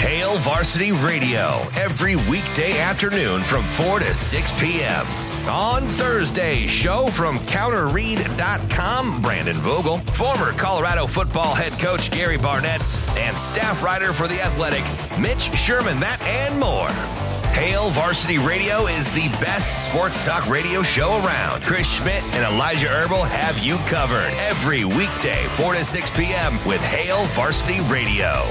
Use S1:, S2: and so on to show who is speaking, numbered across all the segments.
S1: Hale Varsity Radio every weekday afternoon from 4 to 6 p.m. On Thursday, show from counterread.com, Brandon Vogel, former Colorado football head coach Gary Barnett, and staff writer for The Athletic, Mitch Sherman, that and more. Hale Varsity Radio is the best sports talk radio show around. Chris Schmidt and Elijah Herbal have you covered every weekday, 4 to 6 p.m. with Hale Varsity Radio.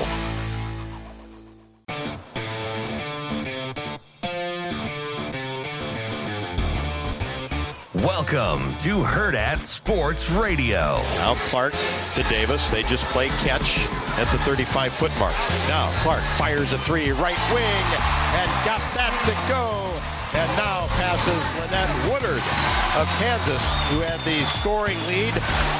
S1: Welcome to Herd at Sports Radio.
S2: Now Clark to Davis. They just play catch at the 35 foot mark. Now Clark fires a three right wing and got that to go. And now passes Lynette Woodard of Kansas, who had the scoring lead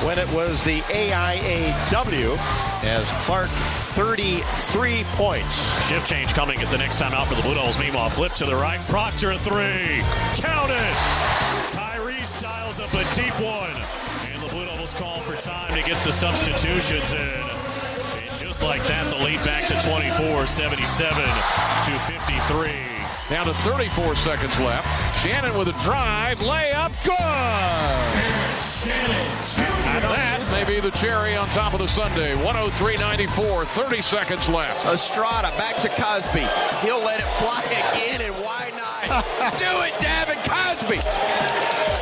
S2: when it was the AIAW as Clark 33 points.
S3: Shift change coming at the next time out for the Blue Devils. Meanwhile, flip to the right. Proctor three. Count it. Tyrese dials up a deep one. And the Blue Devils call for time to get the substitutions in. And just like that, the lead back to 24, 77 to 53.
S4: Down to 34 seconds left. Shannon with a drive, layup, good. And that may be the cherry on top of the Sunday. 103.94, 30 seconds left.
S5: Estrada back to Cosby. He'll let it fly again, and why not? Do it, Davin Cosby.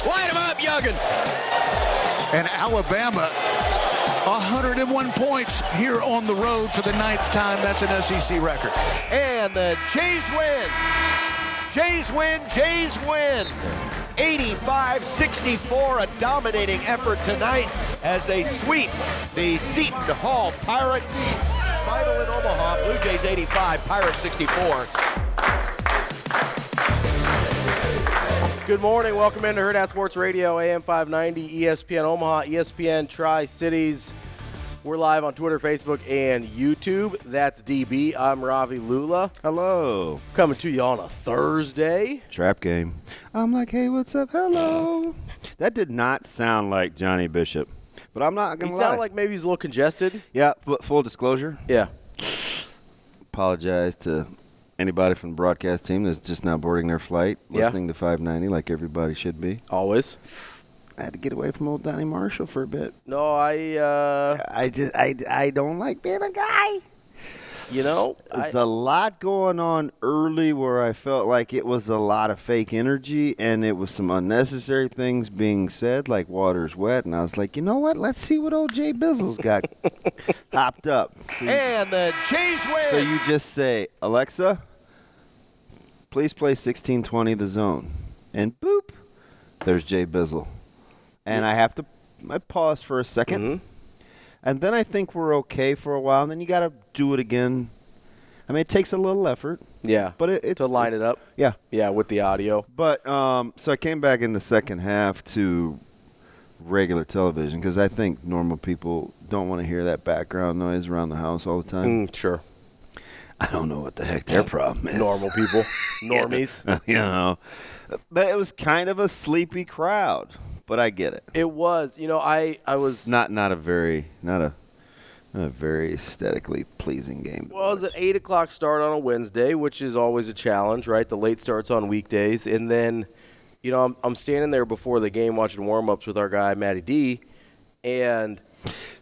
S5: Light him up, Youngin.
S6: and Alabama. 101 points here on the road for the ninth time. That's an SEC record.
S7: And the Jays win. Jays win. Jays win. 85 64, a dominating effort tonight as they sweep the Seton Hall Pirates. Final in Omaha, Blue Jays 85, Pirates 64.
S8: Good morning. Welcome into Herd at Sports Radio, AM 590, ESPN Omaha, E ESPN Tri Cities. We're live on Twitter, Facebook, and YouTube. That's DB. I'm Ravi Lula.
S9: Hello.
S8: Coming to you on a Thursday.
S9: Trap game. I'm like, hey, what's up? Hello. That did not sound like Johnny Bishop, but I'm not
S8: He
S9: gonna lie.
S8: sounded like maybe he's a little congested.
S9: yeah. But full disclosure,
S8: Yeah.
S9: apologize to anybody from the broadcast team that's just now boarding their flight,
S8: Yeah.
S9: listening to 590 like everybody should be.
S8: Always.
S9: I had to get away from old Donnie Marshall for a bit.
S8: No, I, uh,
S9: I just, I, I don't like being a guy.
S8: you know, I,
S9: There's a lot going on early where I felt like it was a lot of fake energy and it was some unnecessary things being said, like water's wet. And I was like, you know what? Let's see what old Jay Bizzle's got hopped up. So you,
S7: And the Jays win.
S9: so you just say, Alexa, please play 1620 the zone. And boop, there's Jay Bizzle. And I have to I pause for a 2nd
S8: Mm-hmm.
S9: And then I think we're okay for a while. And then you got to do it again. I mean, it takes a little effort.
S8: yeah.
S9: But it, it's
S8: to line it up.
S9: Yeah,
S8: Yeah, with the audio.
S9: but um, so I came back in the second half to regular television because I think normal people don't want to hear that background noise around the house all the time.
S8: Mm, sure.
S9: I don't know what the heck their problem is.
S8: Normal people. Normies.
S9: you know. But it was kind of a sleepy crowd, but I get it.
S8: It was. You know, I, I was.
S9: not not a very not a not a very aesthetically pleasing game.
S8: Well, it's an eight o'clock start on a Wednesday, which is always a challenge, right? The late starts on weekdays, and then, you know, I'm, I'm standing there before the game watching warm ups with our guy Matty D, and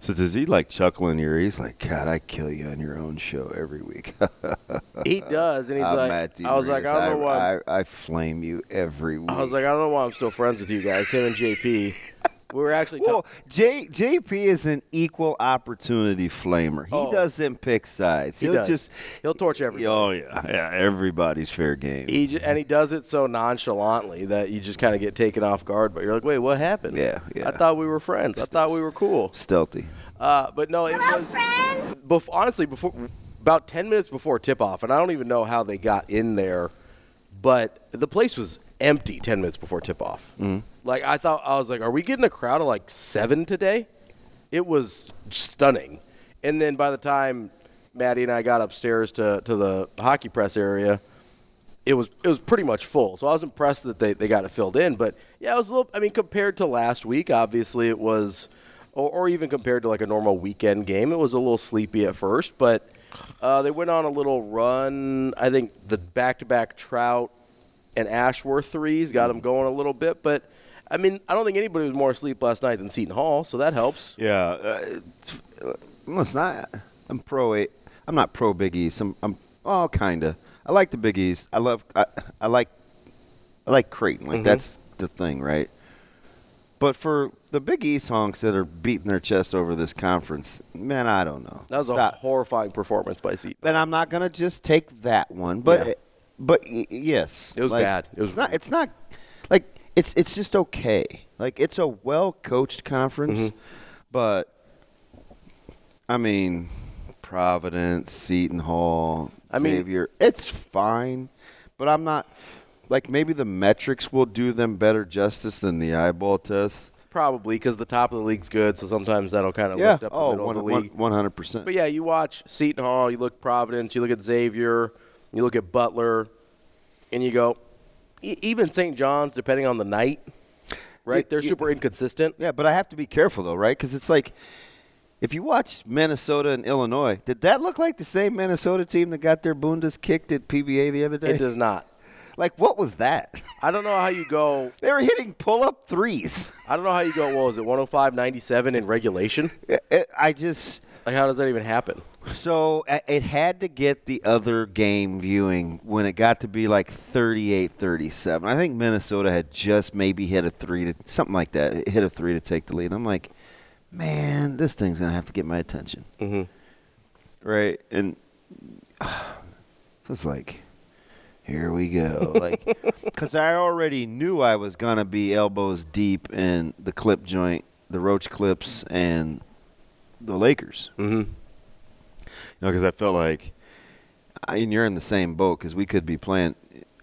S9: so does he like chuckle in your ear? He's like, God, I kill you on your own show every week.
S8: he does, and he's
S9: I'm
S8: like,
S9: Matt D.
S8: I was like,
S9: Reeves.
S8: I don't know why,
S9: I, I flame you every week.
S8: I was like, I don't know why I'm still friends with you guys, him and JP. We were actually
S9: well,
S8: talking.
S9: J, JP is an equal opportunity flamer. He
S8: Oh.
S9: doesn't pick sides.
S8: He
S9: will
S8: does.
S9: just.
S8: He'll torch everybody.
S9: Oh yeah, yeah. Everybody's fair game.
S8: He j- and he does it so nonchalantly that you just kind of get taken off guard. But you're like, wait, what happened?
S9: Yeah, yeah.
S8: I thought we were friends. I thought we were cool.
S9: Stealthy.
S8: Uh, but no, it was Bef- honestly before about ten minutes before tip off, and I don't even know how they got in there, but the place was empty ten minutes before tip off. Like I thought, I was like, are we getting a crowd of like seven today? It was stunning. And then by the time Maddie and I got upstairs to, to the hockey press area, it was it was pretty much full. So I was impressed that they, they got it filled in. But yeah, it was a little. I mean, compared to last week, obviously it was, or, or even compared to like a normal weekend game, it was a little sleepy at first. But Uh, they went on a little run. I think the back-to-back Trout and Ashworth threes got them going a little bit, but I mean, I don't think anybody was more asleep last night than Seton Hall, so that helps.
S9: Yeah. Uh, it's- uh, listen, I, I'm pro eight. I'm not pro Big East. I'm, I'm all kinda. I like the Big East. I love. I, I like. I like Creighton.
S8: Mm-hmm.
S9: Like that's the thing, right? But for the Big East honks that are beating their chest over this conference, man, I don't know.
S8: That was
S9: Stop.
S8: a horrifying performance by Seton.
S9: then I'm not gonna just take that one. But
S8: Yeah.
S9: but y- yes,
S8: It was
S9: Like,
S8: bad. It was-
S9: it's not. It's not like it's it's just okay. Like it's a well coached conference,
S8: Mm-hmm.
S9: but I mean, Providence, Seton Hall,
S8: I mean-
S9: Xavier, it's fine. But I'm not like maybe the metrics will do them better justice than the eyeball test.
S8: Probably because the top of the league's good, so sometimes that'll kind of
S9: Yeah.
S8: lift up the
S9: Oh,
S8: middle
S9: one
S8: of the league.
S9: one hundred percent.
S8: But yeah, you watch Seton Hall, you look Providence, you look at Xavier, you look at Butler, and you go, e- even St. John's, depending on the night, right?
S9: Y-
S8: They're
S9: y-
S8: super inconsistent.
S9: Yeah, but I have to be careful though, right? Because it's like, if you watch Minnesota and Illinois, did that look like the same Minnesota team that got their bundas kicked at PBA the other day?
S8: It does not.
S9: Like, what was that?
S8: I don't know how you go.
S9: they were hitting pull-up threes.
S8: I don't know how you go. Well, is it 105 97 in regulation?
S9: I- I- I just
S8: Like, how does that even happen?
S9: so I- it had to get the other game viewing when it got to be like 38-37. I think Minnesota had just maybe hit a three to something like that. It hit a three to take the lead. I'm like, man, this thing's gonna have to get my attention. right? And it was like, here we go, like, because I already knew I was gonna be elbows deep in the clip joint, the roach clips, and the Lakers. Mm-hmm. You know, because I felt like, I mean, you're in the same boat because we could be playing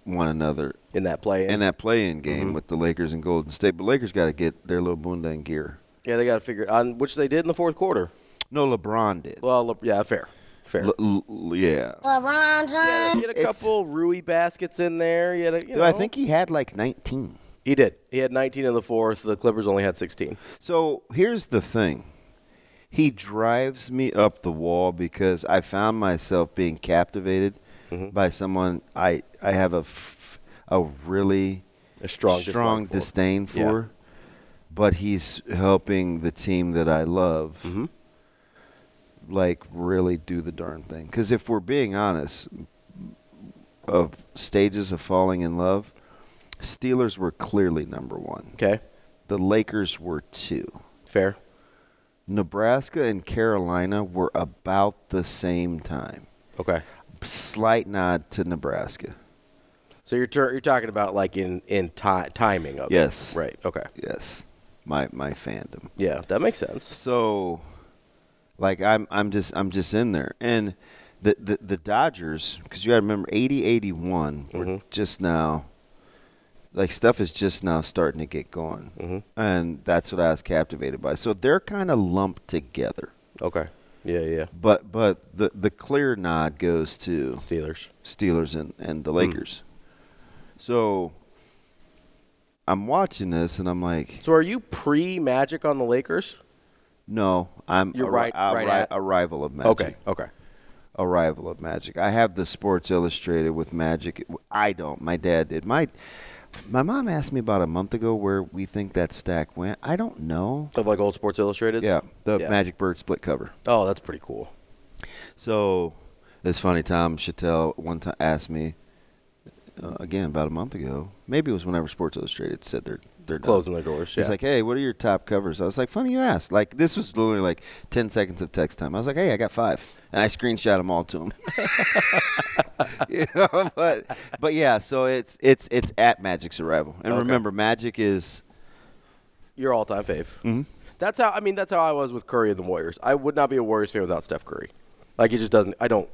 S9: one another
S8: In that play.
S9: in that play-in game with the Lakers and Golden State, but Lakers got to get their little bunda in gear.
S8: yeah, they got to figure it out, which they did in the fourth quarter.
S9: No, LeBron did.
S8: Well, look, yeah, fair. Fair.
S9: L- l- yeah.
S8: he had a
S9: it's-
S8: couple Rui baskets in there. He had a, you
S9: Dude, I
S8: know.
S9: think he had like 19.
S8: he did. He had 19 in the fourth. The Clippers only had 16.
S9: So here's the thing. He drives me up the wall because I found myself being captivated by someone I I have a f- a really
S8: A strong,
S9: strong
S8: dislike for.
S9: disdain for,
S8: Yeah.
S9: but he's helping the team that I love, like really do the darn thing. Because if we're being honest, of stages of falling in love, Steelers were clearly number one.
S8: Okay,
S9: The Lakers were two.
S8: fair.
S9: Nebraska and Carolina were about the same time.
S8: Okay.
S9: Slight nod to Nebraska.
S8: So you're tur you're talking about like in in ti- timing of it.
S9: Yes.
S8: right okay
S9: Yes, my my fandom.
S8: yeah that makes sense
S9: So, like I'm I'm just I'm just in there, and the the, the Dodgers because you got to remember 80 81
S8: Mm-hmm.
S9: were just now. Like stuff is just now starting to get going,
S8: Mm-hmm.
S9: and that's what I was captivated by. So they're kind of lumped together,
S8: okay yeah yeah
S9: but but the the clear nod goes to
S8: Steelers Mm.
S9: Steelers and, and the Lakers. So I'm watching this and I'm like,
S8: so are you pre Magic on the Lakers
S9: no, I'm
S8: You're
S9: a,
S8: right-
S9: a,
S8: right
S9: ri-
S8: at-
S9: a rival of Magic.
S8: okay okay
S9: A rival of Magic. I have the Sports Illustrated with Magic. I don't. My dad did. My my mom asked me about a month ago where we think that stack went. I don't know.
S8: of like old Sports Illustrated
S9: Yeah, the
S8: Yeah.
S9: Magic Bird split cover.
S8: oh that's pretty cool
S9: So it's funny. Tom Chattel one time asked me uh, again about a month ago. Maybe it was whenever Sports Illustrated said they're they're done.
S8: closing their doors yeah.
S9: He's like, hey, what are your top covers? I was like, funny you asked. Like this was literally like ten seconds of text time. I was like, hey, I got five, and I screenshot them all to him. you know, but but yeah. So it's it's it's at Magic's arrival, and
S8: Okay.
S9: remember, Magic is
S8: your all time fave mm-hmm. that's how I mean that's how I was with Curry and the Warriors I would not be a Warriors fan without Steph Curry like it just doesn't I don't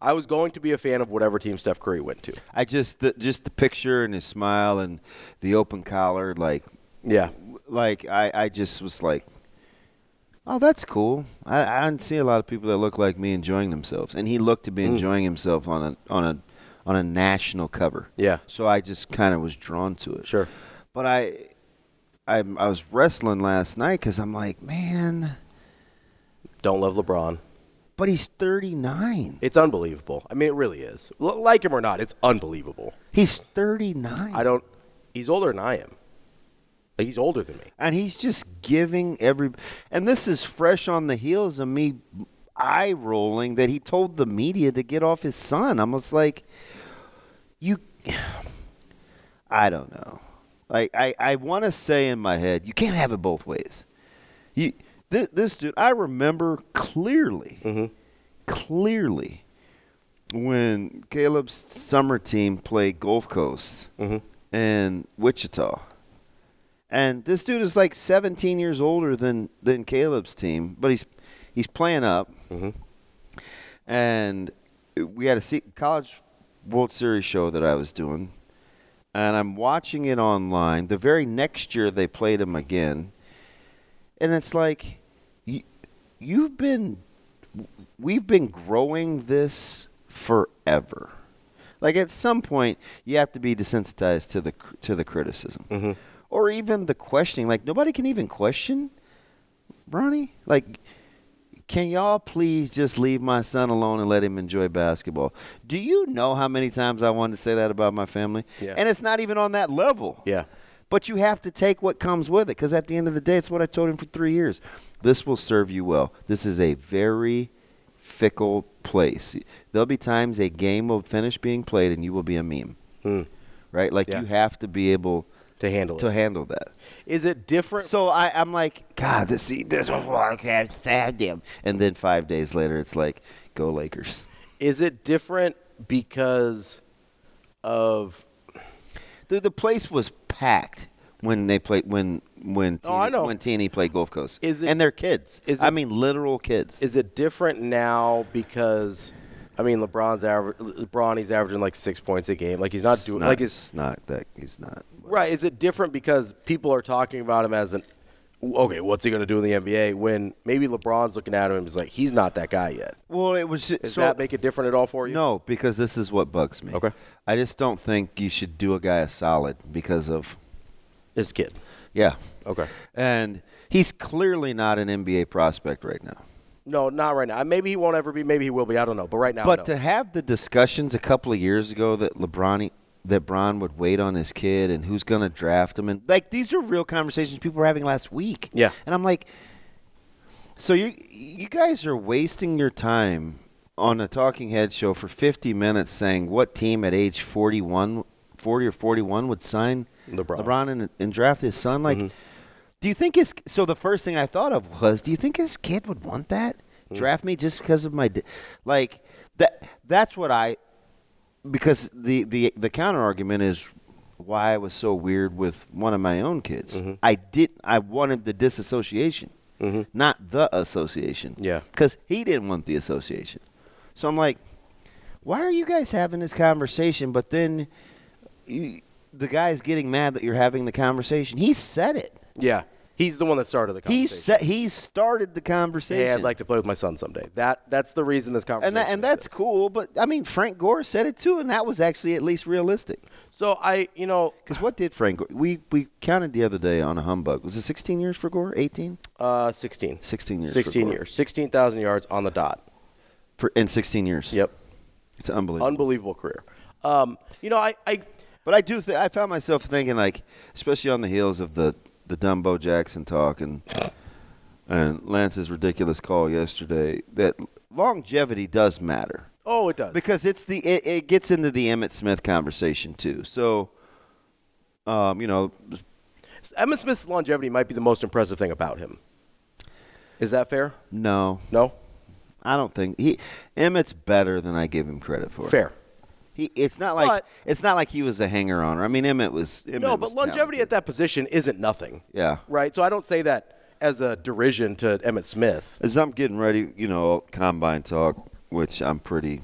S8: I was going to be a fan of whatever team Steph Curry went to
S9: I just the, just the picture and his smile and the open collar, like
S8: yeah
S9: like I, I just was like oh that's cool I, I didn't see a lot of people that look like me enjoying themselves and he looked to
S8: Mm.
S9: be enjoying himself on a on a on a national cover
S8: Yeah.
S9: so i just kind of was drawn to it
S8: Sure.
S9: but i i, I was wrestling last night because i'm like man
S8: don't love LeBron
S9: But he's 39.
S8: It's unbelievable. I mean, it really is. L- like him or not, it's unbelievable.
S9: He's 39.
S8: I don't. He's older than I am. Like, he's older than me.
S9: and he's just giving every and this is fresh on the heels of me eye rolling that he told the media to get off his son i'm just like you i don't know like i, I want to say in my head you can't have it both ways you this, this dude i remember clearly clearly when caleb's summer team played gulf coast and wichita and this dude is like 17 years older than than Caleb's team, but he's he's playing up. And we had a se- college World Series show that I was doing, and I'm watching it online. The very next year they played him again, and it's like you, you've been we've been growing this forever. Like at some point, you have to be desensitized to the cr- to the criticism, or even the questioning. Like nobody can even question Ronnie. Like, can y'all please just leave my son alone and let him enjoy basketball? Do you know how many times I wanted to say that about my family?
S8: Yeah.
S9: And it's not even on that level.
S8: Yeah.
S9: But you have to take what comes with it because at the end of the day, it's what I told him for three years. This will serve you well. This is a very fickle place. There'll be times a game will finish being played and you will be a meme. Right? Like
S8: Hmm. Yeah.
S9: you have to be able
S8: To handle
S9: to
S8: it.
S9: handle that.
S8: Is it different?
S9: So I, I'm like, God, this this one can't stand him. And then five days later, it's like, go Lakers.
S8: is it different because of?
S9: Dude, the place was packed when they played when when
S8: Oh, I
S9: TNE
S8: know.
S9: when TNE played Gulf Coast.
S8: Is it-
S9: and their kids.
S8: is
S9: I
S8: it-
S9: mean, literal kids.
S8: Is it different now because? I mean, LeBron's average. LeBron, he's averaging like six points a game. Like he's not
S9: It's
S8: doing.
S9: not-
S8: Like it's
S9: not that he's not.
S8: Right. Is it different because people are talking about him as an okay, what's he going to do in the NBA when maybe LeBron's looking at him and is like, he's not that guy yet?
S9: Well, it was
S8: Does that make it different at all for you?
S9: no because this is what bugs me.
S8: Okay.
S9: I just don't think you should do a guy a solid because of
S8: This kid.
S9: yeah,
S8: Okay.
S9: and he's clearly not an NBA prospect right now.
S8: No, not right now. Maybe he won't ever be. Maybe he will be. I don't know. But right now,
S9: But
S8: no.
S9: to have the discussions a couple of years ago that LeBron that Bron would wait on his kid and who's going to draft him and like these are real conversations people were having last week.
S8: Yeah.
S9: And I'm like so you you guys are wasting your time on a talking head show for 50 minutes saying what team at age 41 40 or 41 would sign
S8: LeBron.
S9: and, and draft his son like do you think his so the first thing I thought of was do you think his kid would want that draft me just because of my di- like that that's what I because the the the counter argument is why I was so weird with one of my own kids.
S8: Mm-hmm.
S9: I did I wanted the disassociation, not the association.
S8: Yeah.
S9: because he didn't want the association. So I'm like, why are you guys having this conversation? But then you, the guy's getting mad that you're having the conversation. He said it.
S8: yeah, he's the one that started the
S9: He
S8: conversation.
S9: said he started the conversation.
S8: Hey, I'd like to play with my son someday. That that's the reason this conversation.
S9: and that, and that's
S8: exists.
S9: cool, but I mean Frank Gore said it too, and that was actually at least realistic.
S8: So I, you know,
S9: Because what did Frank Gore? We, we counted the other day on a humbug. Was it 16 years for Gore? 18?
S8: uh, sixteen.
S9: 16 years.
S8: Sixteen
S9: for Gore.
S8: years. Sixteen thousand yards on the dot.
S9: For, in 16 years.
S8: Yep.
S9: It's unbelievable.
S8: Unbelievable career. Um, you know, I, I
S9: but I do. Th- I found myself thinking, like, especially on the heels of the the Dumbo Jackson talk and and Lance's ridiculous call yesterday, that longevity does matter.
S8: oh, it does.
S9: because it's the it, it gets into the Emmett Smith conversation too. So, um, you know,
S8: Emmett Smith's longevity might be the most impressive thing about him. Is that fair?
S9: no,
S8: No?
S9: I don't think he Emmett's better than I give him credit for.
S8: Fair.
S9: He, it's not like
S8: But-
S9: it's not like he was a hanger on. I mean, Emmett was. Emmett
S8: no, but
S9: was
S8: longevity at
S9: talented.
S8: that position isn't nothing.
S9: Yeah.
S8: Right? So I don't say that as a derision to Emmett Smith.
S9: As I'm getting ready, you know, combine talk, which I'm pretty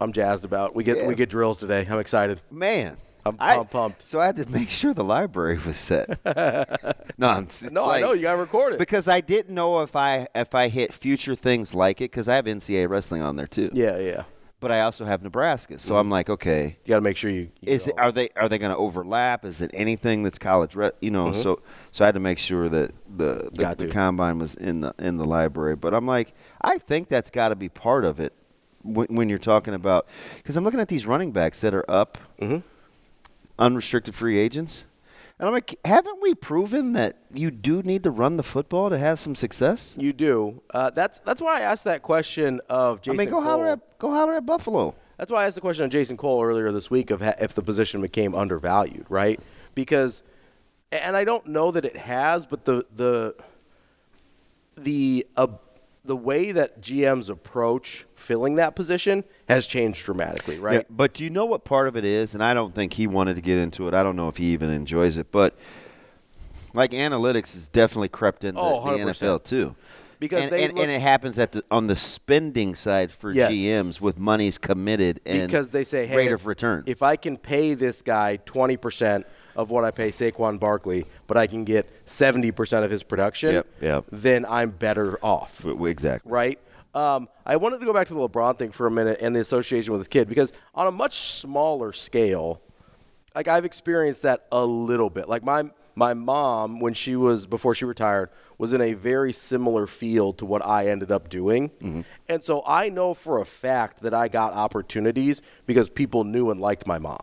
S8: I'm jazzed about. We get
S9: Yeah.
S8: we get drills today. I'm excited.
S9: man.
S8: I'm-
S9: I-
S8: I'm pumped.
S9: So I had to make sure the library was set. no, I'm s-
S8: No, I
S9: like-
S8: know you got to record it.
S9: because I didn't know if I if I hit future things like it because I have NCAA wrestling on there too.
S8: yeah, yeah.
S9: but I also have Nebraska. So I'm like, okay,
S8: You got to make sure you. you
S9: is it, are they are they going to overlap? Is it anything that's college? Re- you know, so so I had to make sure that the the,
S8: Mm-hmm. Got
S9: the
S8: to.
S9: combine was in the in the library. But I'm like, I think that's got to be part of it when, when you're talking about because I'm looking at these running backs that are up,
S8: Mm-hmm.
S9: unrestricted free agents, and I'm like, haven't we proven that you do need to run the football to have some success?
S8: You do. Uh, that's that's why I asked that question of Jason.
S9: I mean, go
S8: Cole.
S9: holler at go holler at Buffalo.
S8: That's why I asked the question on Jason Cole earlier this week of ha- if the position became undervalued, right? Because, and I don't know that it has, but the the the uh, the way that GMs approach filling that position has changed dramatically, right?
S9: Yeah, but do you know what part of it is? And I don't think he wanted to get into it. I don't know if he even enjoys it, but like analytics has definitely crept into
S8: Oh,
S9: the
S8: 100%.
S9: NFL too.
S8: Because
S9: and,
S8: they
S9: and,
S8: look-
S9: and it happens at the, on the spending side for
S8: Yes.
S9: GMs with monies committed and
S8: because they say, hey,
S9: rate
S8: if-
S9: of return.
S8: If I can pay this guy 20% of what I pay Saquon Barkley, but I can get 70% of his production,
S9: Yep, yep.
S8: then I'm better off,
S9: W- exactly
S8: right? Um, I wanted to go back to the LeBron thing for a minute and the association with his kid because on a much smaller scale, like I've experienced that a little bit. Like my my mom when she was before she retired was in a very similar field to what I ended up doing.
S9: Mm-hmm.
S8: And so I know for a fact that I got opportunities because people knew and liked my mom,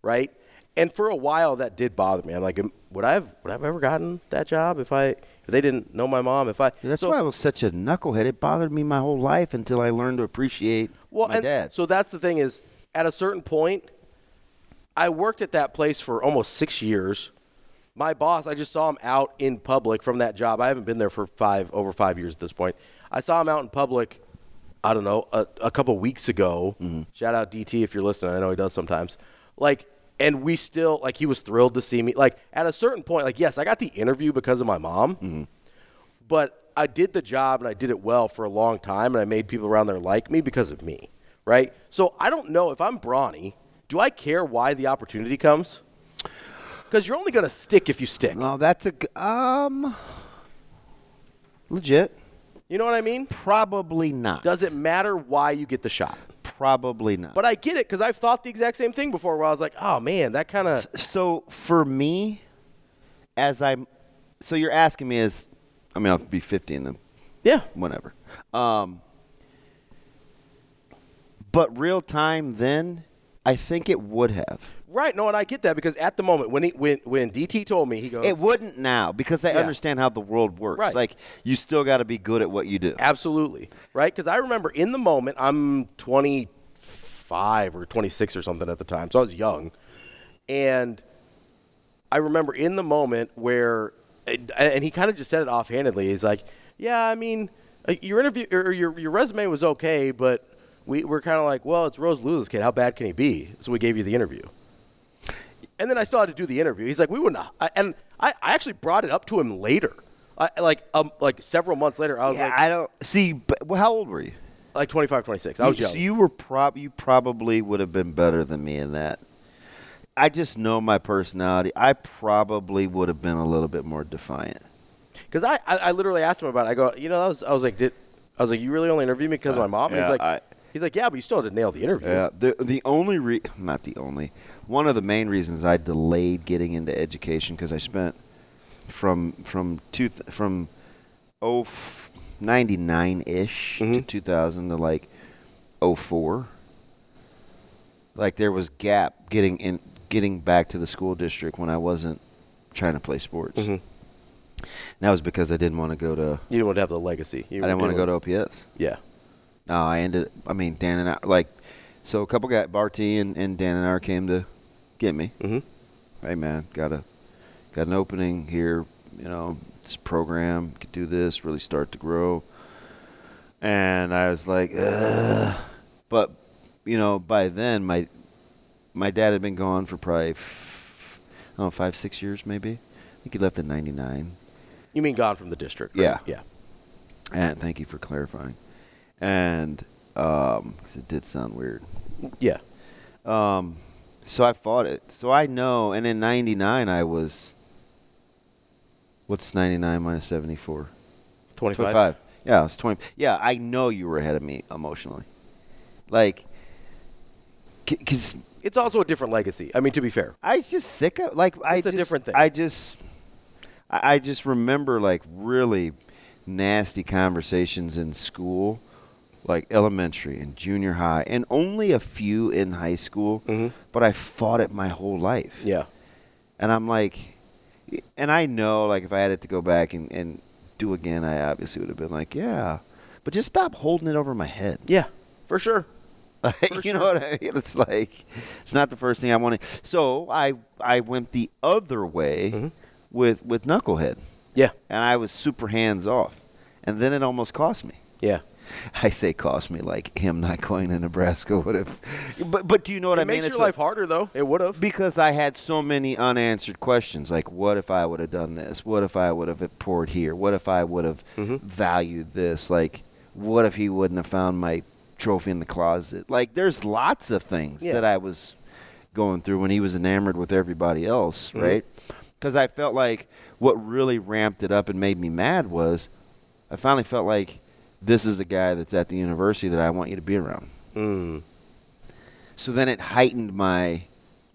S8: right? And for a while that did bother me. I'm like, "Am- would I have would I have ever gotten that job if I if they didn't know my mom? If I
S9: That's
S8: So-
S9: why I was such a knucklehead. It bothered me my whole life until I learned to appreciate
S8: Well,
S9: my
S8: and
S9: dad.
S8: so that's the thing is, at a certain point, I worked at that place for almost six years. My boss, I just saw him out in public from that job. I haven't been there for five over five years at this point. I saw him out in public. I don't know a, a couple weeks ago.
S9: Mm-hmm.
S8: Shout out DT if you're listening. I know he does sometimes. Like, and we still like he was thrilled to see me. Like at a certain point, like yes, I got the interview because of my mom
S9: Mm-hmm.
S8: but I did the job and I did it well for a long time, and I made people around there like me because of me, right? So I don't know if I'm brawny. Do I care why the opportunity comes? Because you're only going to stick if you stick.
S9: no, that's a g- um legit.
S8: You know what I mean?
S9: Probably not.
S8: Does it matter why you get the shot?
S9: Probably not.
S8: But I get it because I've thought the exact same thing before where I was like, oh man, that kind of.
S9: so for me, as I'm, so you're asking me as, I mean, I'll be 50 in the
S8: Yeah.
S9: whenever. Um, but real time then, I think it would have.
S8: Right. No, and I get that because at the moment, when, he, when, when DT told me, he goes,
S9: It wouldn't now because I
S8: Yeah.
S9: understand how the world works.
S8: Right.
S9: Like you still got to be good at what you do.
S8: Absolutely. Right? Because I remember in the moment, I'm 25 or 26 or something at the time. So I was young. And I remember in the moment where, and he kind of just said it offhandedly. He's like, yeah, I mean, uh, your interview or your, your resume was okay, but we were kind of like, well, it's Rose Lula's kid. How bad can he be? So we gave you the interview. And then I still had to do the interview. He's like, we wouldn't. I, and I, I actually brought it up to him later. I, like um, like several months later, I was
S9: Yeah,
S8: like,
S9: I don't see. But, well, how old were you?
S8: like 25, 26. I was
S9: You-
S8: young.
S9: So you were prob you probably would have been better than me in that. I just know my personality. I probably would have been a little bit more defiant.
S8: Because I, I, I literally asked him about it. I go, you know, I was, I was like, did, I was like, you really only interviewed me because of my mom? and
S9: Uh, yeah,
S8: he's like,
S9: I-
S8: he's like, yeah, but you still had to nail the interview.
S9: Yeah. Uh, The the only re- not the only one of the main reasons I delayed getting into education because I spent from from two th- from oh f- 99 ish to two thousand to like oh four. Like there was gap getting in getting back to the school district when I wasn't trying to play sports. And that was because I didn't want to go to
S8: You didn't want to have the legacy. You
S9: I didn't want to go to OPS.
S8: Yeah.
S9: No, I ended. I mean, Dan and I like. So a couple guys, Barty and, and Dan and I came to get me. Mm-hmm. Hey man, got a got an opening here. You know, this program could do this. Really start to grow. And I was like, Ugh. but you know, by then my my dad had been gone for probably f- I don't know five six years maybe. I think he left in '99.
S8: You mean gone from the district? right?
S9: Yeah.
S8: Yeah.
S9: And thank you for clarifying. And um 'cause it did sound weird.
S8: Yeah.
S9: So I fought it. So I know. And in '99, I was. What's 99 minus 74?
S8: 25.
S9: Yeah, I was 20. Yeah, I know you were ahead of me emotionally. Like, because
S8: It's also a different legacy. I mean, to be fair,
S9: I was just sick of like I
S8: It's a
S9: just,
S8: different thing.
S9: I just I I just remember like really nasty conversations in school, like elementary and junior high, and only a few in high school. But I fought it my whole life.
S8: Mm-hmm. yeah.
S9: And I'm like, and I know, like, if I had it to go back and, and do again, I obviously would have been like, yeah. But just stop holding it over my head.
S8: Yeah, for sure.
S9: Like, you know what I mean? It's like, it's not the first thing I wanted. So I, I went the other way
S8: Mm-hmm.
S9: with, with Knucklehead.
S8: Yeah,
S9: And I was super hands off. And then it almost cost me.
S8: yeah.
S9: I say cost me like him not going to Nebraska would have. But, but do you know what
S8: it
S9: I mean?
S8: makes your life
S9: like-
S8: harder, though. It would have.
S9: because I had so many unanswered questions. Like, what if I would have done this? What if I would have poured here? What if I would have valued this? Like, what if he wouldn't have found my trophy in the closet? Like, there's lots of things
S8: Yeah.
S9: that I was going through when he was enamored with everybody else, right? Because I felt like what really ramped it up and made me mad was I finally felt like this is a guy that's at the university that I want you to be around.
S8: Mm.
S9: So then it heightened my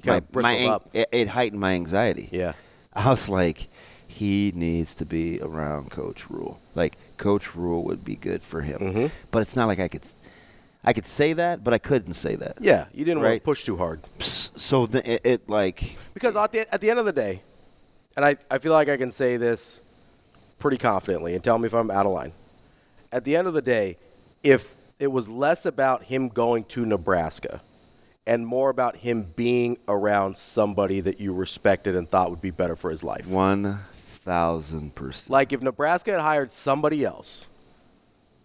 S8: kinda
S9: my, my
S8: bristled up.
S9: It, it heightened my anxiety.
S8: Yeah.
S9: I was like, he needs to be around Coach Rule. Like Coach Rule would be good for him.
S8: Mm-hmm.
S9: But it's not like I could, I could say that, but I couldn't say that.
S8: Yeah, you didn't want
S9: Right.
S8: to push too hard.
S9: So the, it, it like
S8: Because at the, at the end of the day, and I, I feel like I can say this pretty confidently, and tell me if I'm out of line. At the end of the day, if it was less about him going to Nebraska and more about him being around somebody that you respected and thought would be better for his life.
S9: one thousand percent.
S8: Like if Nebraska had hired somebody else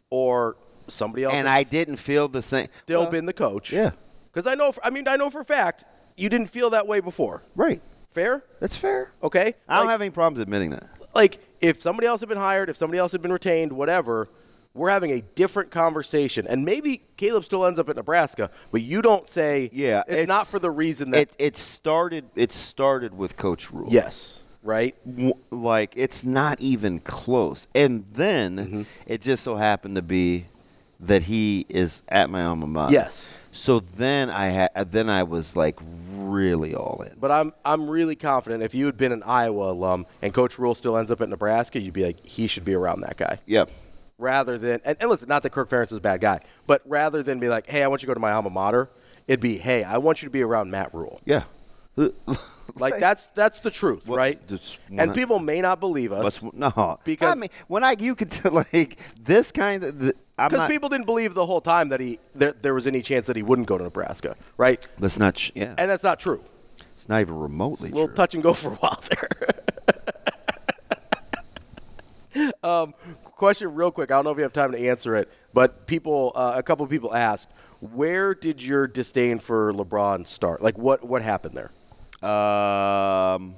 S8: or somebody else
S9: And I
S8: that's
S9: didn't feel the same.
S8: still
S9: Well,
S8: been the coach.
S9: yeah.
S8: Because I know, for, I mean, I know for a fact you didn't feel that way before.
S9: right.
S8: Fair?
S9: That's fair.
S8: Okay?
S9: I don't
S8: Like-
S9: have any problems admitting that.
S8: like if somebody else had been hired, if somebody else had been retained, whatever, we're having a different conversation. And maybe Caleb still ends up at Nebraska, but you don't say,
S9: Yeah,
S8: it's,
S9: it's-
S8: not for the reason that
S9: It it started it started with Coach Rule.
S8: yes, right?
S9: w- like it's not even close. And then
S8: Mm-hmm.
S9: it just so happened to be that he is at my alma mater.
S8: Yes.
S9: So then I had then I was like really all in.
S8: But I'm I'm really confident if you had been an Iowa alum and Coach Rule still ends up at Nebraska, you'd be like, he should be around that guy.
S9: Yep.
S8: Rather than and, and listen, not that Kirk Ferentz is a bad guy, but rather than be like, hey, I want you to go to my alma mater, it'd be, hey, I want you to be around Matt Rule.
S9: Yeah.
S8: Like that's that's the truth,
S9: What-
S8: right?
S9: that's one
S8: And
S9: of-
S8: people may not believe us.
S9: What's no?
S8: Because-
S9: I mean, when I you could tell like this kind of the, I'm
S8: Because
S9: not.
S8: people didn't believe the whole time that he there, there was any chance that he wouldn't go to Nebraska, right?
S9: that's not. sh- Yeah.
S8: And that's not true.
S9: it's not even remotely
S8: A little
S9: true.
S8: touch and go for a while there. um, question, real quick. I don't know if we have time to answer it, but people, uh, a couple of people asked, where did your disdain for LeBron start? Like, what what happened there?
S9: Um,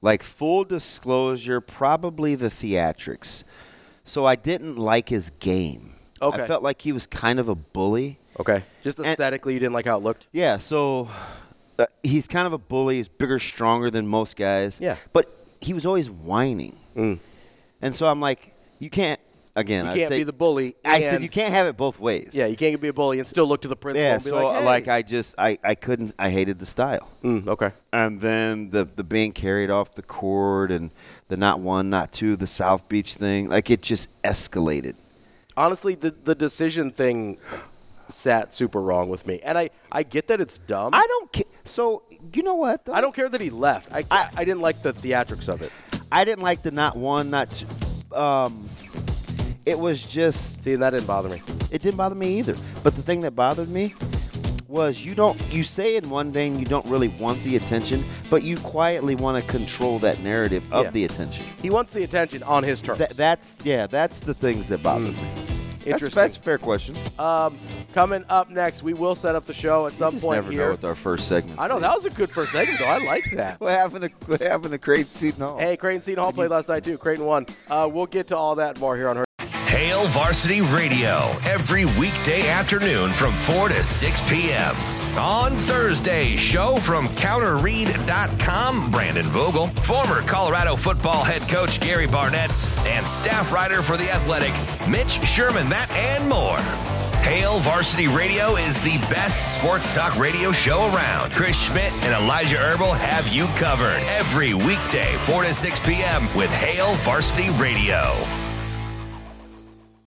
S9: like full disclosure, probably the theatrics. So I didn't like his game.
S8: Okay.
S9: I felt like he was kind of a bully.
S8: Okay, just
S9: And-
S8: aesthetically, you didn't like how it looked.
S9: Yeah, so uh, he's kind of a bully. He's bigger, stronger than most guys.
S8: Yeah. Mm.
S9: But he was always whining. And so I'm like, you can't, again,
S8: You
S9: I
S8: can't
S9: say,
S8: be the bully.
S9: I said,
S8: and-
S9: you can't have it both ways.
S8: Yeah, you can't be a bully and still look to the principal
S9: Yeah,
S8: and be
S9: so
S8: like, hey.
S9: I just, I, I couldn't, I hated the style.
S8: Mm, okay.
S9: and then the the being carried off the court and the not one, not two, the South Beach thing, like it just escalated.
S8: honestly the, the decision thing sat super wrong with me and i, I get that it's dumb
S9: I don't care. So you know what? Though?
S8: I don't care that he left I, I,
S9: I-
S8: didn't like the theatrics of it
S9: I didn't like the not one, not two. Um, it was just
S8: see that didn't bother me
S9: it didn't bother me either. But the thing that bothered me was you don't you say in one thing you don't really want the attention, but you quietly want to control that narrative of
S8: Yeah.
S9: the attention.
S8: he wants the attention on his terms
S9: That, that's yeah, that's the things that bothered me.
S8: Mm. interesting
S9: That's, that's a fair question.
S8: coming up next we will set up the show at
S9: You
S8: some
S9: just
S8: point
S9: never
S8: here
S9: know with our first segment.
S8: i know that was a good first segment though i like that
S9: What happened to what happened to Creighton Seton Hall?
S8: hey creighton seton hall played last night too creighton won uh, we'll get to all that and more here on her
S1: Hail Varsity Radio every weekday afternoon from 4 to 6 p.m. On Thursday, show from counterread.com, Brandon Vogel, former Colorado football head coach Gary Barnett, and staff writer for The Athletic, Mitch Sherman, that and more. Hale Varsity Radio is the best sports talk radio show around. Chris Schmidt and Elijah Herbal have you covered every weekday, 4 to 6 p.m. with Hale Varsity Radio.